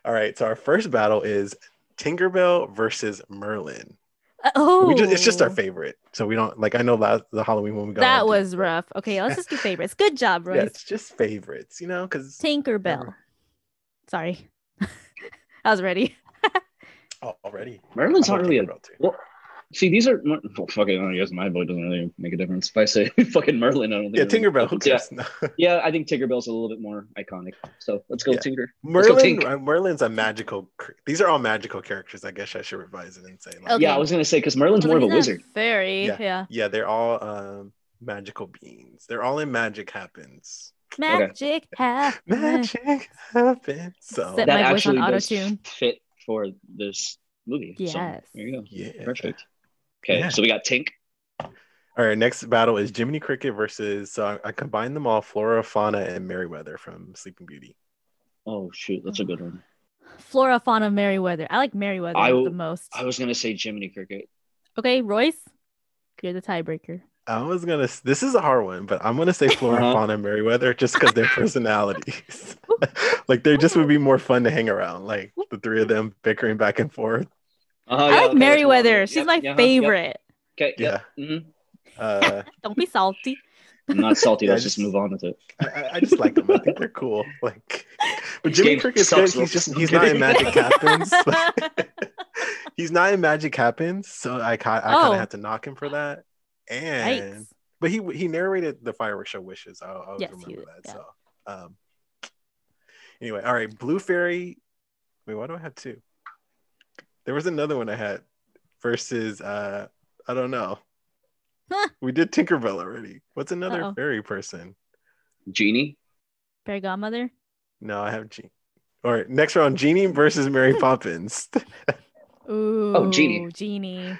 S2: All right. So our first battle is Tinkerbell versus Merlin.
S1: Uh, Oh,
S2: We just, it's just our favorite, so we don't like. I know last the Halloween when we got
S1: That
S2: on,
S1: was
S2: Tinkerbell.
S1: rough. Okay, let's just do favorites. Good job,
S2: Yeah,
S1: Royce.
S2: it's just favorites, you know, because
S1: Tinkerbell.
S2: Never.
S1: Sorry. I was ready.
S2: already
S3: Merlin's
S2: I
S3: not
S2: love
S3: really a.
S2: Tinkerbell, too.
S3: Well, see, these are. Mer- Well, fuck it. I guess my vote doesn't really make a difference. If I say fucking Merlin, I don't think.
S2: Yeah,
S3: it really-
S2: Tinkerbell. Who
S3: Yeah,
S2: cares? No.
S3: yeah. I think Tinkerbell's a little bit more iconic. So let's go
S2: Yeah.
S3: Tinker. Let's go
S2: Merlin,
S3: Tink.
S2: uh, Merlin's a magical. cr- These are all magical characters. I guess I should revise it and say. Like,
S1: Okay.
S3: Yeah, I was gonna say because Merlin's more of a
S1: He's not
S3: wizard.
S1: Fairy. Yeah.
S2: Yeah. Yeah, they're all um, magical beings. They're all in magic happens.
S1: Magic hat.
S2: Magic happens. So
S1: Mm-hmm. Set
S3: that
S1: my voice on
S3: actually does
S1: auto-tune.
S3: fit for this movie. So,
S1: Yes.
S3: there you go.
S2: yeah.
S3: Perfect. Okay,
S2: Yeah.
S3: so we got Tink.
S2: All right. Next battle is Jiminy Cricket versus. So I, I combined them all: Flora, Fauna, and Merryweather from Sleeping Beauty.
S3: Oh shoot, that's a good one.
S1: Flora, fauna, Merryweather. I like Merryweather
S3: I-
S1: the most.
S3: I was gonna say Jiminy Cricket.
S1: okay, Royce, you're the tiebreaker.
S2: I was gonna. s- This is a hard one, but I'm gonna say Flora,
S3: Uh-huh.
S2: Fauna, and Merryweather just because their personalities. like they just would be more fun to hang around. Like the three of them bickering back and forth.
S3: Uh,
S1: I like Merryweather. She's my favorite.
S3: uh-huh, Okay.
S2: Yeah.
S3: Yep. mhm.
S2: Uh,
S1: Don't be salty.
S3: I'm not salty.
S2: Yeah,
S3: Let's just
S2: just-
S3: move on with it.
S2: I- I, I just like them. I think they're cool. Like, but Jimmy
S3: Game
S2: Cricket's good.
S3: sucks, Will.
S2: He's just
S3: I'm
S2: he's not in
S3: kidding.
S2: Magic Happens. he's not in Magic Happens, so I ca- I kind
S1: Oh.
S2: of had to knock him for that. And
S1: Yikes.
S2: but he he narrated the fireworks show Wishes. I I always
S1: Yes, he
S2: remember
S1: did,
S2: that.
S1: yeah.
S2: So um, anyway, all right, Blue Fairy. Wait, why do I have two? There was another one I had versus uh I don't know.
S1: Huh.
S2: We did Tinkerbell already. What's another
S1: Uh-oh.
S2: fairy person?
S3: Genie.
S1: Fairy Godmother.
S2: No, I have Genie. All right, next round: Genie versus Mary Poppins.
S1: Ooh,
S3: Genie.
S1: Genie.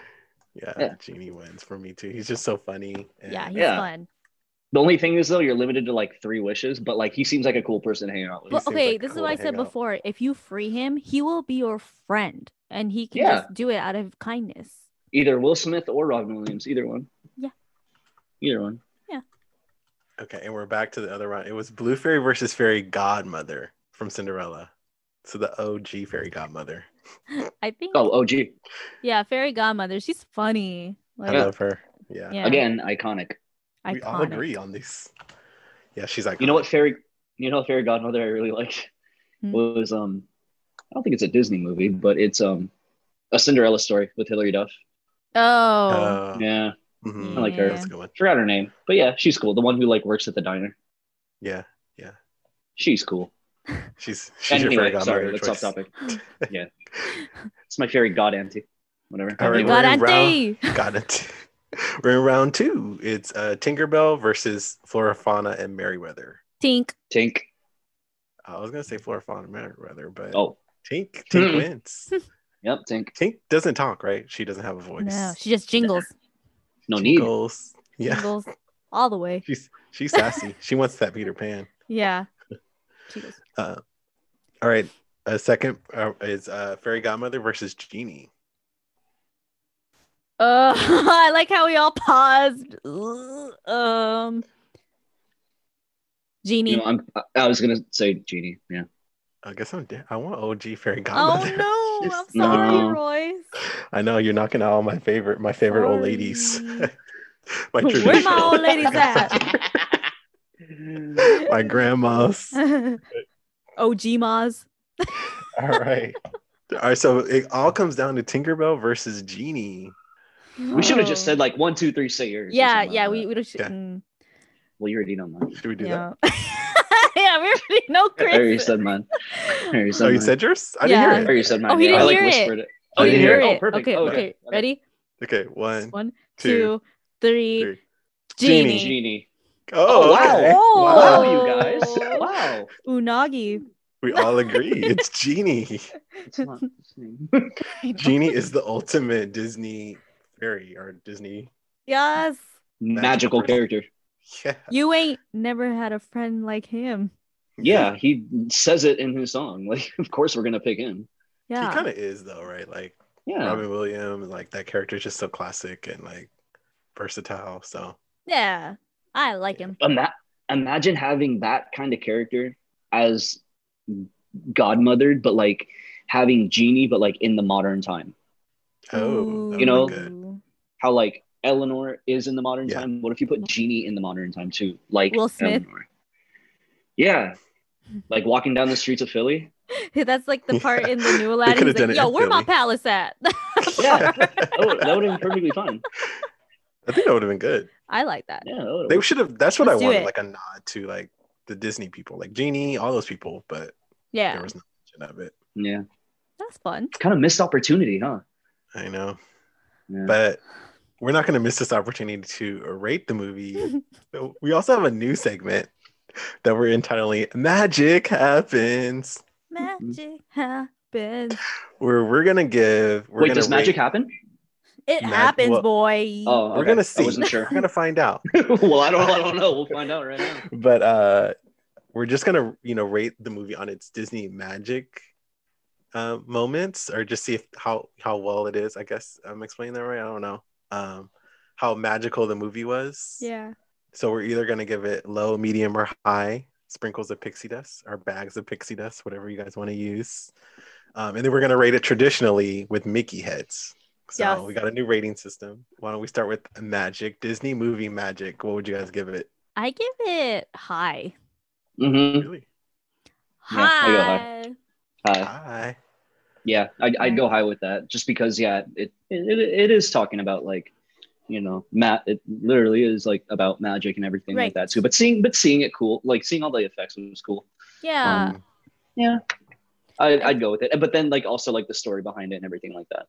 S2: yeah,
S3: Yeah.
S2: Genie wins for me too. He's just so funny. and-
S1: Yeah, he's
S3: Yeah.
S1: fun.
S3: The only thing is though, you're limited to like three wishes, but like he seems like a cool person to hang out with.
S1: Well,
S2: seems
S1: okay,
S2: like
S1: this is
S2: cool
S1: what
S2: to
S1: I said
S2: hang out.
S1: before. If you free him, he will be your friend, and he can
S3: Yeah.
S1: just do it out of kindness.
S3: Either Will Smith or Robin Williams, either one.
S1: Yeah.
S3: Either one.
S2: Okay, and we're back to the other round. It was Blue Fairy versus Fairy Godmother from Cinderella. So the OG Fairy Godmother.
S1: I think.
S3: Oh, OG.
S1: Yeah, Fairy Godmother. She's funny. Like,
S2: I
S3: Yeah.
S2: love her. Yeah.
S1: yeah,
S3: Again, iconic.
S2: We all
S1: iconic.
S2: agree on these. Yeah, she's like,
S3: You know what fairy you know what fairy godmother I really liked
S1: Hmm.
S3: was um I don't think it's a Disney movie, but it's um a Cinderella story with Hilary Duff.
S2: Uh,
S1: Oh,
S3: Yeah.
S1: I like
S2: That's mm-hmm. a
S1: her.
S2: good one.
S3: Forgot her name. But yeah, she's cool. The one who like works at the diner.
S2: Yeah,
S3: She's cool.
S2: she's she's your Fairy
S3: anyway,
S2: Godmother
S3: sorry, that's
S2: choice.
S3: off topic. Yeah. it's my fairy god auntie. Whatever.
S2: All right,
S1: Fairy
S2: we're
S1: God
S2: in round-
S1: Auntie.
S2: Got it. We're in round two. It's uh, Tinkerbell versus Flora Fauna and Merryweather.
S1: Tink.
S3: Tink.
S2: I was gonna say Flora Fauna and Merryweather, but
S3: Oh,
S2: Tink Tink
S3: Hmm.
S2: wins.
S3: yep, Tink.
S2: Tink doesn't talk, right? She doesn't have a voice.
S1: No, she just jingles,
S3: No need.
S2: Jingles. Yeah,
S1: jingles all the way.
S2: she's she's sassy. she wants that Peter Pan.
S1: Yeah. She goes,
S2: Uh, all right. Uh, second uh, is uh, Fairy Godmother versus Genie.
S1: Uh, I like how we all paused. Ugh, Um, Genie.
S3: You know, I'm, I- I was gonna say genie. Yeah,
S2: I guess I'm. De- I want OG Fairy
S1: oh
S2: Godmother.
S1: no! I'm
S2: She's-
S1: sorry,
S3: No.
S1: Royce.
S2: I know you're knocking out all my favorite, my favorite old ladies.
S1: Sorry.
S2: my
S3: Where my
S1: Where
S2: traditional,
S1: my old ladies at?
S2: my grandmas.
S1: OG Maz.
S2: All right. All right. So it all comes down to Tinkerbell versus Genie.
S3: we should have just said like one, two, three, say yours. or
S1: Yeah,
S3: something like
S1: yeah.
S3: that.
S1: We we don't.
S2: Yeah.
S1: mm,
S3: well, you already know mine.
S2: Should we do
S1: yeah. yeah, we already know
S3: I already
S1: Chris.
S3: said mine. I
S2: that?
S3: already
S2: Oh,
S3: said
S2: you
S3: mine.
S2: said yours? I
S1: Yeah.
S3: I
S2: didn't hear
S3: already
S2: it.
S3: said mine.
S1: Oh, he
S3: yeah.
S1: didn't
S3: I like
S1: hear it.
S3: whispered it.
S1: Oh, you
S2: didn't
S1: hear
S3: Oh,
S1: it.
S3: perfect.
S1: okay,
S3: Oh,
S1: okay.
S3: okay.
S1: Ready?
S2: Okay. One,
S1: One,
S2: two,
S1: two, three.
S2: three.
S1: Genie.
S3: Genie.
S2: Oh,
S3: Oh, wow.
S2: okay.
S1: Oh.
S3: Wow, you guys. Wow.
S1: Unagi.
S2: We all agree. It's Genie.
S3: It's not his name.
S2: Genie is the ultimate Disney fairy or Disney.
S1: Yes.
S3: Magical character.
S2: Yeah.
S1: You ain't never had a friend like him.
S3: Yeah, he says it in his song. Like, of course we're gonna pick him.
S1: Yeah.
S2: He kind of is though, right? Like
S3: Yeah.
S2: Robin Williams, like that character is just so classic and like versatile. So
S1: yeah. I like him.
S3: Ima- imagine having that kind of character as godmothered, but like having genie, but like in the modern time.
S2: oh, that would
S3: You know,
S2: be good.
S3: How like Eleanor is in the modern
S2: Yeah.
S3: time. What if you put genie in the modern time too? Like
S1: Will Smith.
S3: Eleanor. Yeah. Like walking down the streets of Philly.
S1: That's like the part
S2: Yeah.
S1: in the new
S2: could've
S1: Aladdin. He's
S2: done
S1: like,
S2: it
S1: yo,
S2: in
S1: where my
S2: Philly.
S1: palace at?
S3: Yeah. That would, that would have been perfectly fine.
S2: I think that would have been good.
S1: I like that.
S3: Yeah. that would've
S2: They
S3: worked.
S2: should have. That's what
S1: Let's
S2: I
S1: do
S2: wanted,
S1: it.
S2: like a nod to like the Disney people, like Genie, all those people. But there
S1: Yeah.
S2: was no mention of it.
S3: Yeah.
S1: That's fun.
S3: Kind of missed opportunity, huh?
S2: I know,
S3: Yeah.
S2: but we're not going to miss this opportunity to rate the movie. So we also have a new segment that we're entitling "Magic Happens,"
S1: Magic happens.
S2: where we're gonna give. We're
S3: Wait,
S2: gonna
S3: does magic
S2: rate-
S3: happen?
S1: It
S2: Mag-
S1: happens,
S2: well-
S1: boy.
S3: Oh,
S2: We're
S3: okay.
S2: gonna see.
S3: I wasn't sure.
S2: We're gonna find out.
S3: well, I don't. I don't know. We'll find out right now.
S2: but uh we're just gonna you know rate the movie on its disney magic uh, moments or just see if how how well it is i guess i'm explaining that right i don't know um how magical the movie was
S1: yeah.
S2: so we're either gonna give it low medium or high sprinkles of pixie dust or bags of pixie dust whatever you guys want to use um, and then we're gonna rate it traditionally with mickey heads so
S1: Yes.
S2: we got a new rating system why don't we start with magic disney movie magic what would you guys give it
S1: I give it high.
S3: Mm-hmm.
S2: really
S3: Yeah, I go high.
S1: High.
S3: Hi.
S2: hi
S3: Yeah, I'd, I'd go high with that, just because. Yeah, it, it it is talking about like, you know, Matt. It literally is like about magic and everything
S1: Right.
S3: like that too. But seeing, but seeing it cool, like seeing all the effects was cool.
S1: Yeah.
S2: Um,
S3: Yeah, I, I'd go with it. But then like also like the story behind it and everything like that.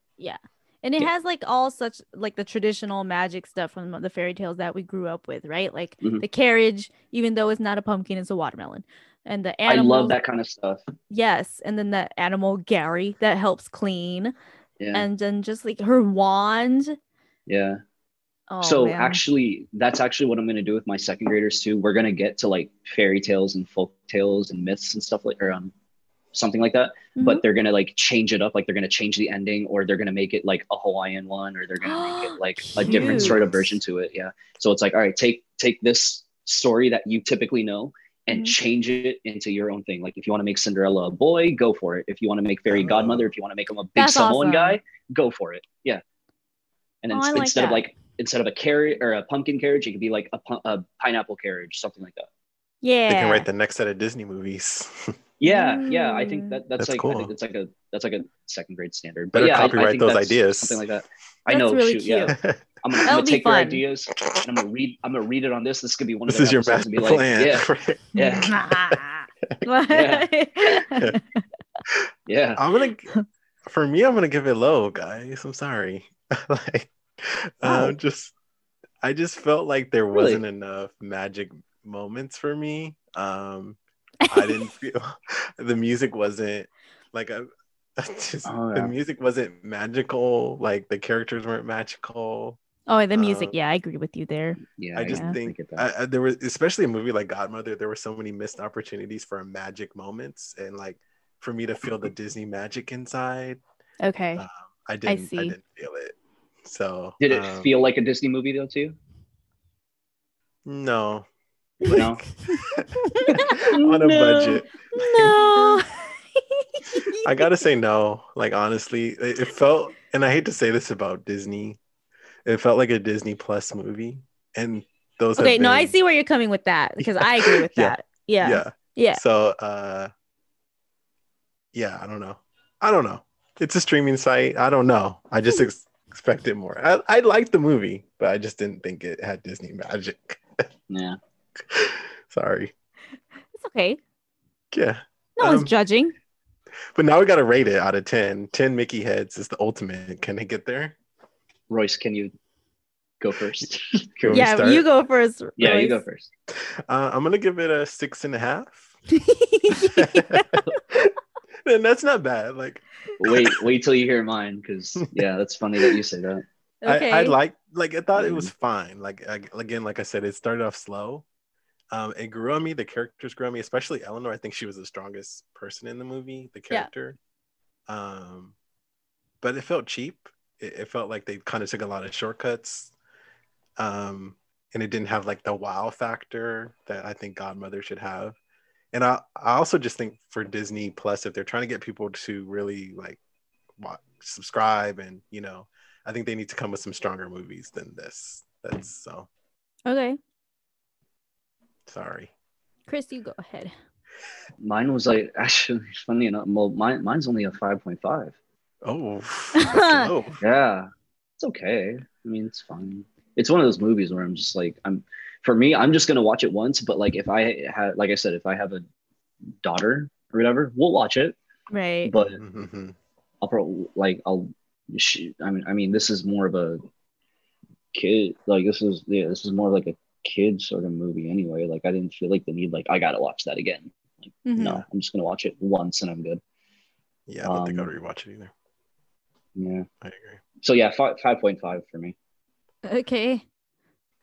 S1: and it
S3: yeah.
S1: has like all such like the traditional magic stuff from the fairy tales that we grew up with, right? Like
S3: Mhm.
S1: the carriage, even though it's not a pumpkin, it's a watermelon. and the
S3: I
S1: animal.
S3: love that kind of stuff.
S1: Yes, and then the animal Gary that helps clean,
S3: Yeah.
S1: and then just like her wand.
S3: yeah.
S1: Oh,
S3: so
S1: man.
S3: actually that's actually what i'm going to do with my second graders too we're going to get to like fairy tales and folk tales and myths and stuff like or um, something like that
S1: Mm-hmm.
S3: but they're going to like change it up like they're going to change the ending or they're going to make it like a hawaiian one or they're going to make it like a different sort of
S1: Cute.
S3: version to it yeah so it's like all right take take this story that you typically know and
S1: Mhm.
S3: change it into your own thing like if you want to make cinderella a boy go for it if you want to make fairy
S2: Oh.
S3: godmother if you want to make him a big
S1: That's
S3: samoan
S1: awesome.
S3: guy go for it yeah and
S1: Oh,
S3: then
S1: I like
S3: instead of
S1: that.
S3: like instead of a carrot or a pumpkin carriage, it could be like a, pu- a pineapple carriage, something like that.
S1: yeah,
S2: They can write the next set of Disney movies.
S3: Yeah, yeah. I think
S1: Mm.
S3: that that's,
S2: That's
S3: like I
S2: cool.
S3: think it's like a that's like a second grade standard.
S2: Better
S3: yeah, I- I
S2: copyright
S3: think
S2: those
S3: that's
S2: ideas.
S3: Something like that. I
S1: That's
S3: know.
S1: really
S3: shoot,
S1: cute.
S3: yeah. I'm gonna,
S1: That'll
S3: I'm gonna
S1: be
S3: take your
S1: fun.
S3: ideas and I'm gonna read. I'm gonna read it on this. This could be one of
S2: this
S3: the
S2: is your
S3: episodes
S2: master
S3: and be like,
S2: plan.
S3: Yeah, yeah, yeah.
S2: I'm gonna. For me, I'm gonna give it low, guys. I'm sorry. like,
S3: Wow.
S2: um, just, I just felt like there
S3: Really?
S2: wasn't enough magic moments for me. Um, I didn't feel the music wasn't like I, just
S3: Oh, yeah.
S2: the music wasn't magical. Like the characters weren't magical.
S1: oh, the music.
S2: Um,
S1: yeah, I agree with you there.
S3: yeah
S2: I just
S1: yeah.
S2: think
S3: get that.
S2: I, I, there was, especially a movie like Godmother, there were so many missed opportunities for magic moments, and like for me to feel the Disney magic inside,
S1: Okay.
S2: Uh, I didn't, I,
S1: see.
S2: didn't feel it. So
S3: Did it
S2: um,
S3: feel like a Disney movie though too?
S2: no
S3: No.
S2: on
S1: No.
S2: a budget?
S1: No.
S2: I gotta say no. Like honestly, it, it felt, and I hate to say this about Disney, it felt like a Disney Plus movie, and those. have
S1: okay, no, I
S2: been-
S1: see where you're coming with that because I agree with
S2: Yeah.
S1: that. Yeah. Yeah.
S2: yeah. So uh yeah, I don't know. I don't know. It's a streaming site. I don't know. I just ex- expected more. I, I liked the movie, but I just didn't think it had Disney magic.
S3: Yeah.
S2: Sorry.
S1: It's okay.
S2: Yeah.
S1: No
S2: Um,
S1: one's judging.
S2: But now we gotta rate it out of 10. 10 Mickey heads is the ultimate. Can it get there?
S3: Royce, can you go first?
S2: Can we
S1: Yeah,
S2: start?
S1: you go first.
S3: yeah, you go
S1: Royce.
S3: first.
S2: Uh, I'm gonna give it a six and a half. and that's not bad. Like
S3: wait wait till you hear mine because yeah that's funny that you say that
S1: okay.
S2: I, I liked like I thought it was fine. Like I, again, like I said, it started off slow. Um, it grew on me. The characters grew on me, especially Eleanor. I think she was the strongest person in the movie, the
S1: Yeah.
S2: character. Um, but it felt cheap. It, it felt like they kind of took a lot of shortcuts. Um, and it didn't have like the wow factor that I think Godmother should have. And I, I also just think for Disney Plus, if they're trying to get people to really like watch, subscribe, and you know, I think they need to come with some stronger movies than this. That's so
S1: okay.
S2: sorry.
S1: Chris, you go ahead.
S3: mine was like actually funny enough well mine, mine's only a 5.5
S2: Oh, that's low.
S3: yeah it's okay i mean it's fine it's one of those movies where i'm just like i'm for me i'm just gonna watch it once but like if i had like i said if i have a daughter or whatever we'll watch it
S1: Right.
S3: but
S2: Mhm.
S1: Mm-hmm.
S3: I'll probably like I'll. Shoot, I mean, I mean, this is more of a kid. Like this is yeah, this is more like a kid sort of movie anyway. Like I didn't feel like the need. Like I gotta watch that again.
S1: Mhm.
S3: No, I'm just gonna watch it once and I'm good.
S2: Yeah, I don't think I'll
S3: Um,
S2: rewatch it either.
S3: Yeah.
S2: I agree.
S3: So yeah, five five point five for me.
S1: Okay.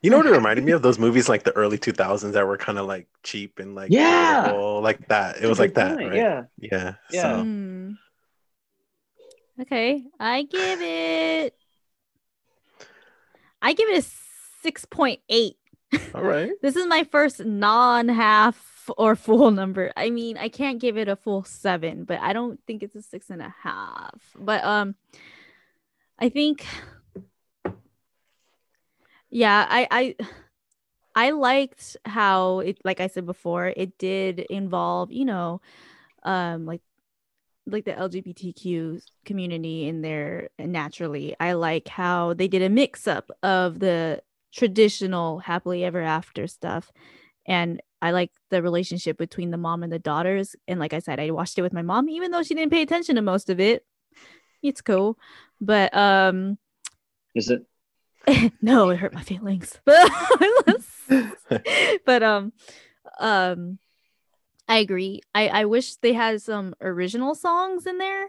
S2: You know what it reminded me of? Those movies like the early 2000s that were kind of like cheap and like
S3: Yeah!
S2: affordable, like that. It was like that, right?
S3: Yeah.
S2: yeah.
S3: Yeah.
S2: So,
S1: Hmm. Okay. I give it. I give it a six point eight. Mm-hmm.
S2: all right.
S1: This is my first non-half or full number. I mean, I can't give it a full seven, but I don't think it's a six and a half. But um, I think, yeah, I I I liked how it, like I said before, it did involve, you know, um, like like the LGBTQ community in there naturally. I like how they did a mix up of the traditional happily ever after stuff and i like the relationship between the mom and the daughters and like i said i watched it with my mom even though she didn't pay attention to most of it it's cool but um
S3: Is it?
S1: no it hurt my feelings but um um I agree. I I wish they had some original songs in there,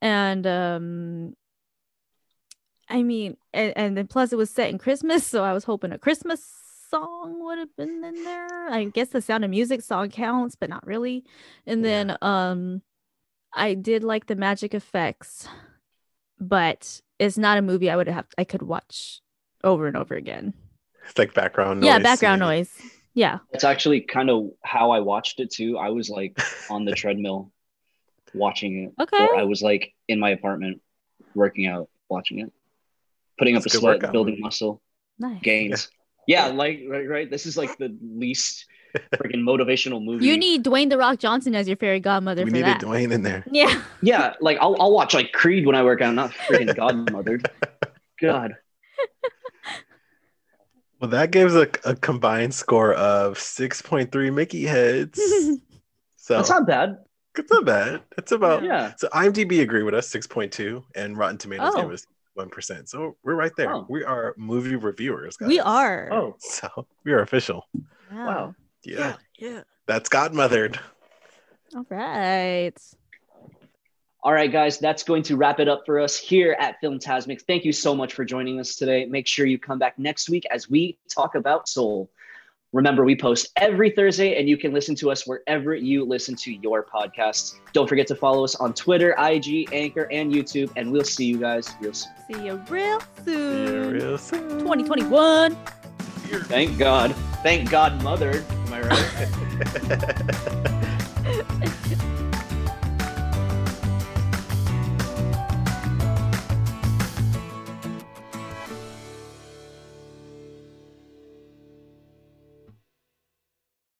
S1: and um, I mean, and, and then plus it was set in Christmas, so I was hoping a Christmas song would have been in there. I guess the Sound of Music song counts, but not really. And then um, I did like the magic effects, but it's not a movie I would have I could watch over and over again.
S2: It's like background noise.
S1: yeah, background noise. Yeah.
S3: That's actually kind of how I watched it too. I was like on the treadmill watching it,
S1: Okay.
S3: or I was like in my apartment working out, watching it, putting
S2: It's
S3: up a
S2: a good
S3: sweat,
S2: workout
S3: building
S2: movie.
S3: muscle,
S1: Nice.
S3: gains. Yeah, like right, right. This is like the least freaking motivational movie.
S1: You need Dwayne the Rock Johnson as your fairy godmother
S2: We
S1: for
S2: needed
S1: that.
S2: Dwayne in there.
S1: yeah.
S3: Yeah, like I'll, I'll watch like Creed when I work out, not freaking Godmother. God.
S2: Well, that gives a, a combined score of 6.3 Mickey heads. So
S3: That's not bad.
S2: it's not bad. It's about
S3: Yeah.
S2: So IMDb agree with us, 6.2, and Rotten Tomatoes
S1: Oh.
S2: gave us 1%. So we're right there.
S3: Oh.
S2: We are movie reviewers, guys.
S1: we are.
S3: Oh,
S2: So we are official.
S3: wow.
S2: Yeah. Yeah. That's godmothered.
S1: All right.
S3: All right, guys, that's going to wrap it up for us here at Film Tasmic. Thank you so much for joining us today. Make sure you come back next week as we talk about Soul. Remember, we post every Thursday, and you can listen to us wherever you listen to your podcasts. Don't forget to follow us on Twitter, IG, Anchor, and YouTube, and we'll see you guys real soon.
S1: See you real
S2: Yeah,
S1: soon.
S2: real soon.
S1: 2021.
S3: Thank God. Thank God, Mother. Am I right?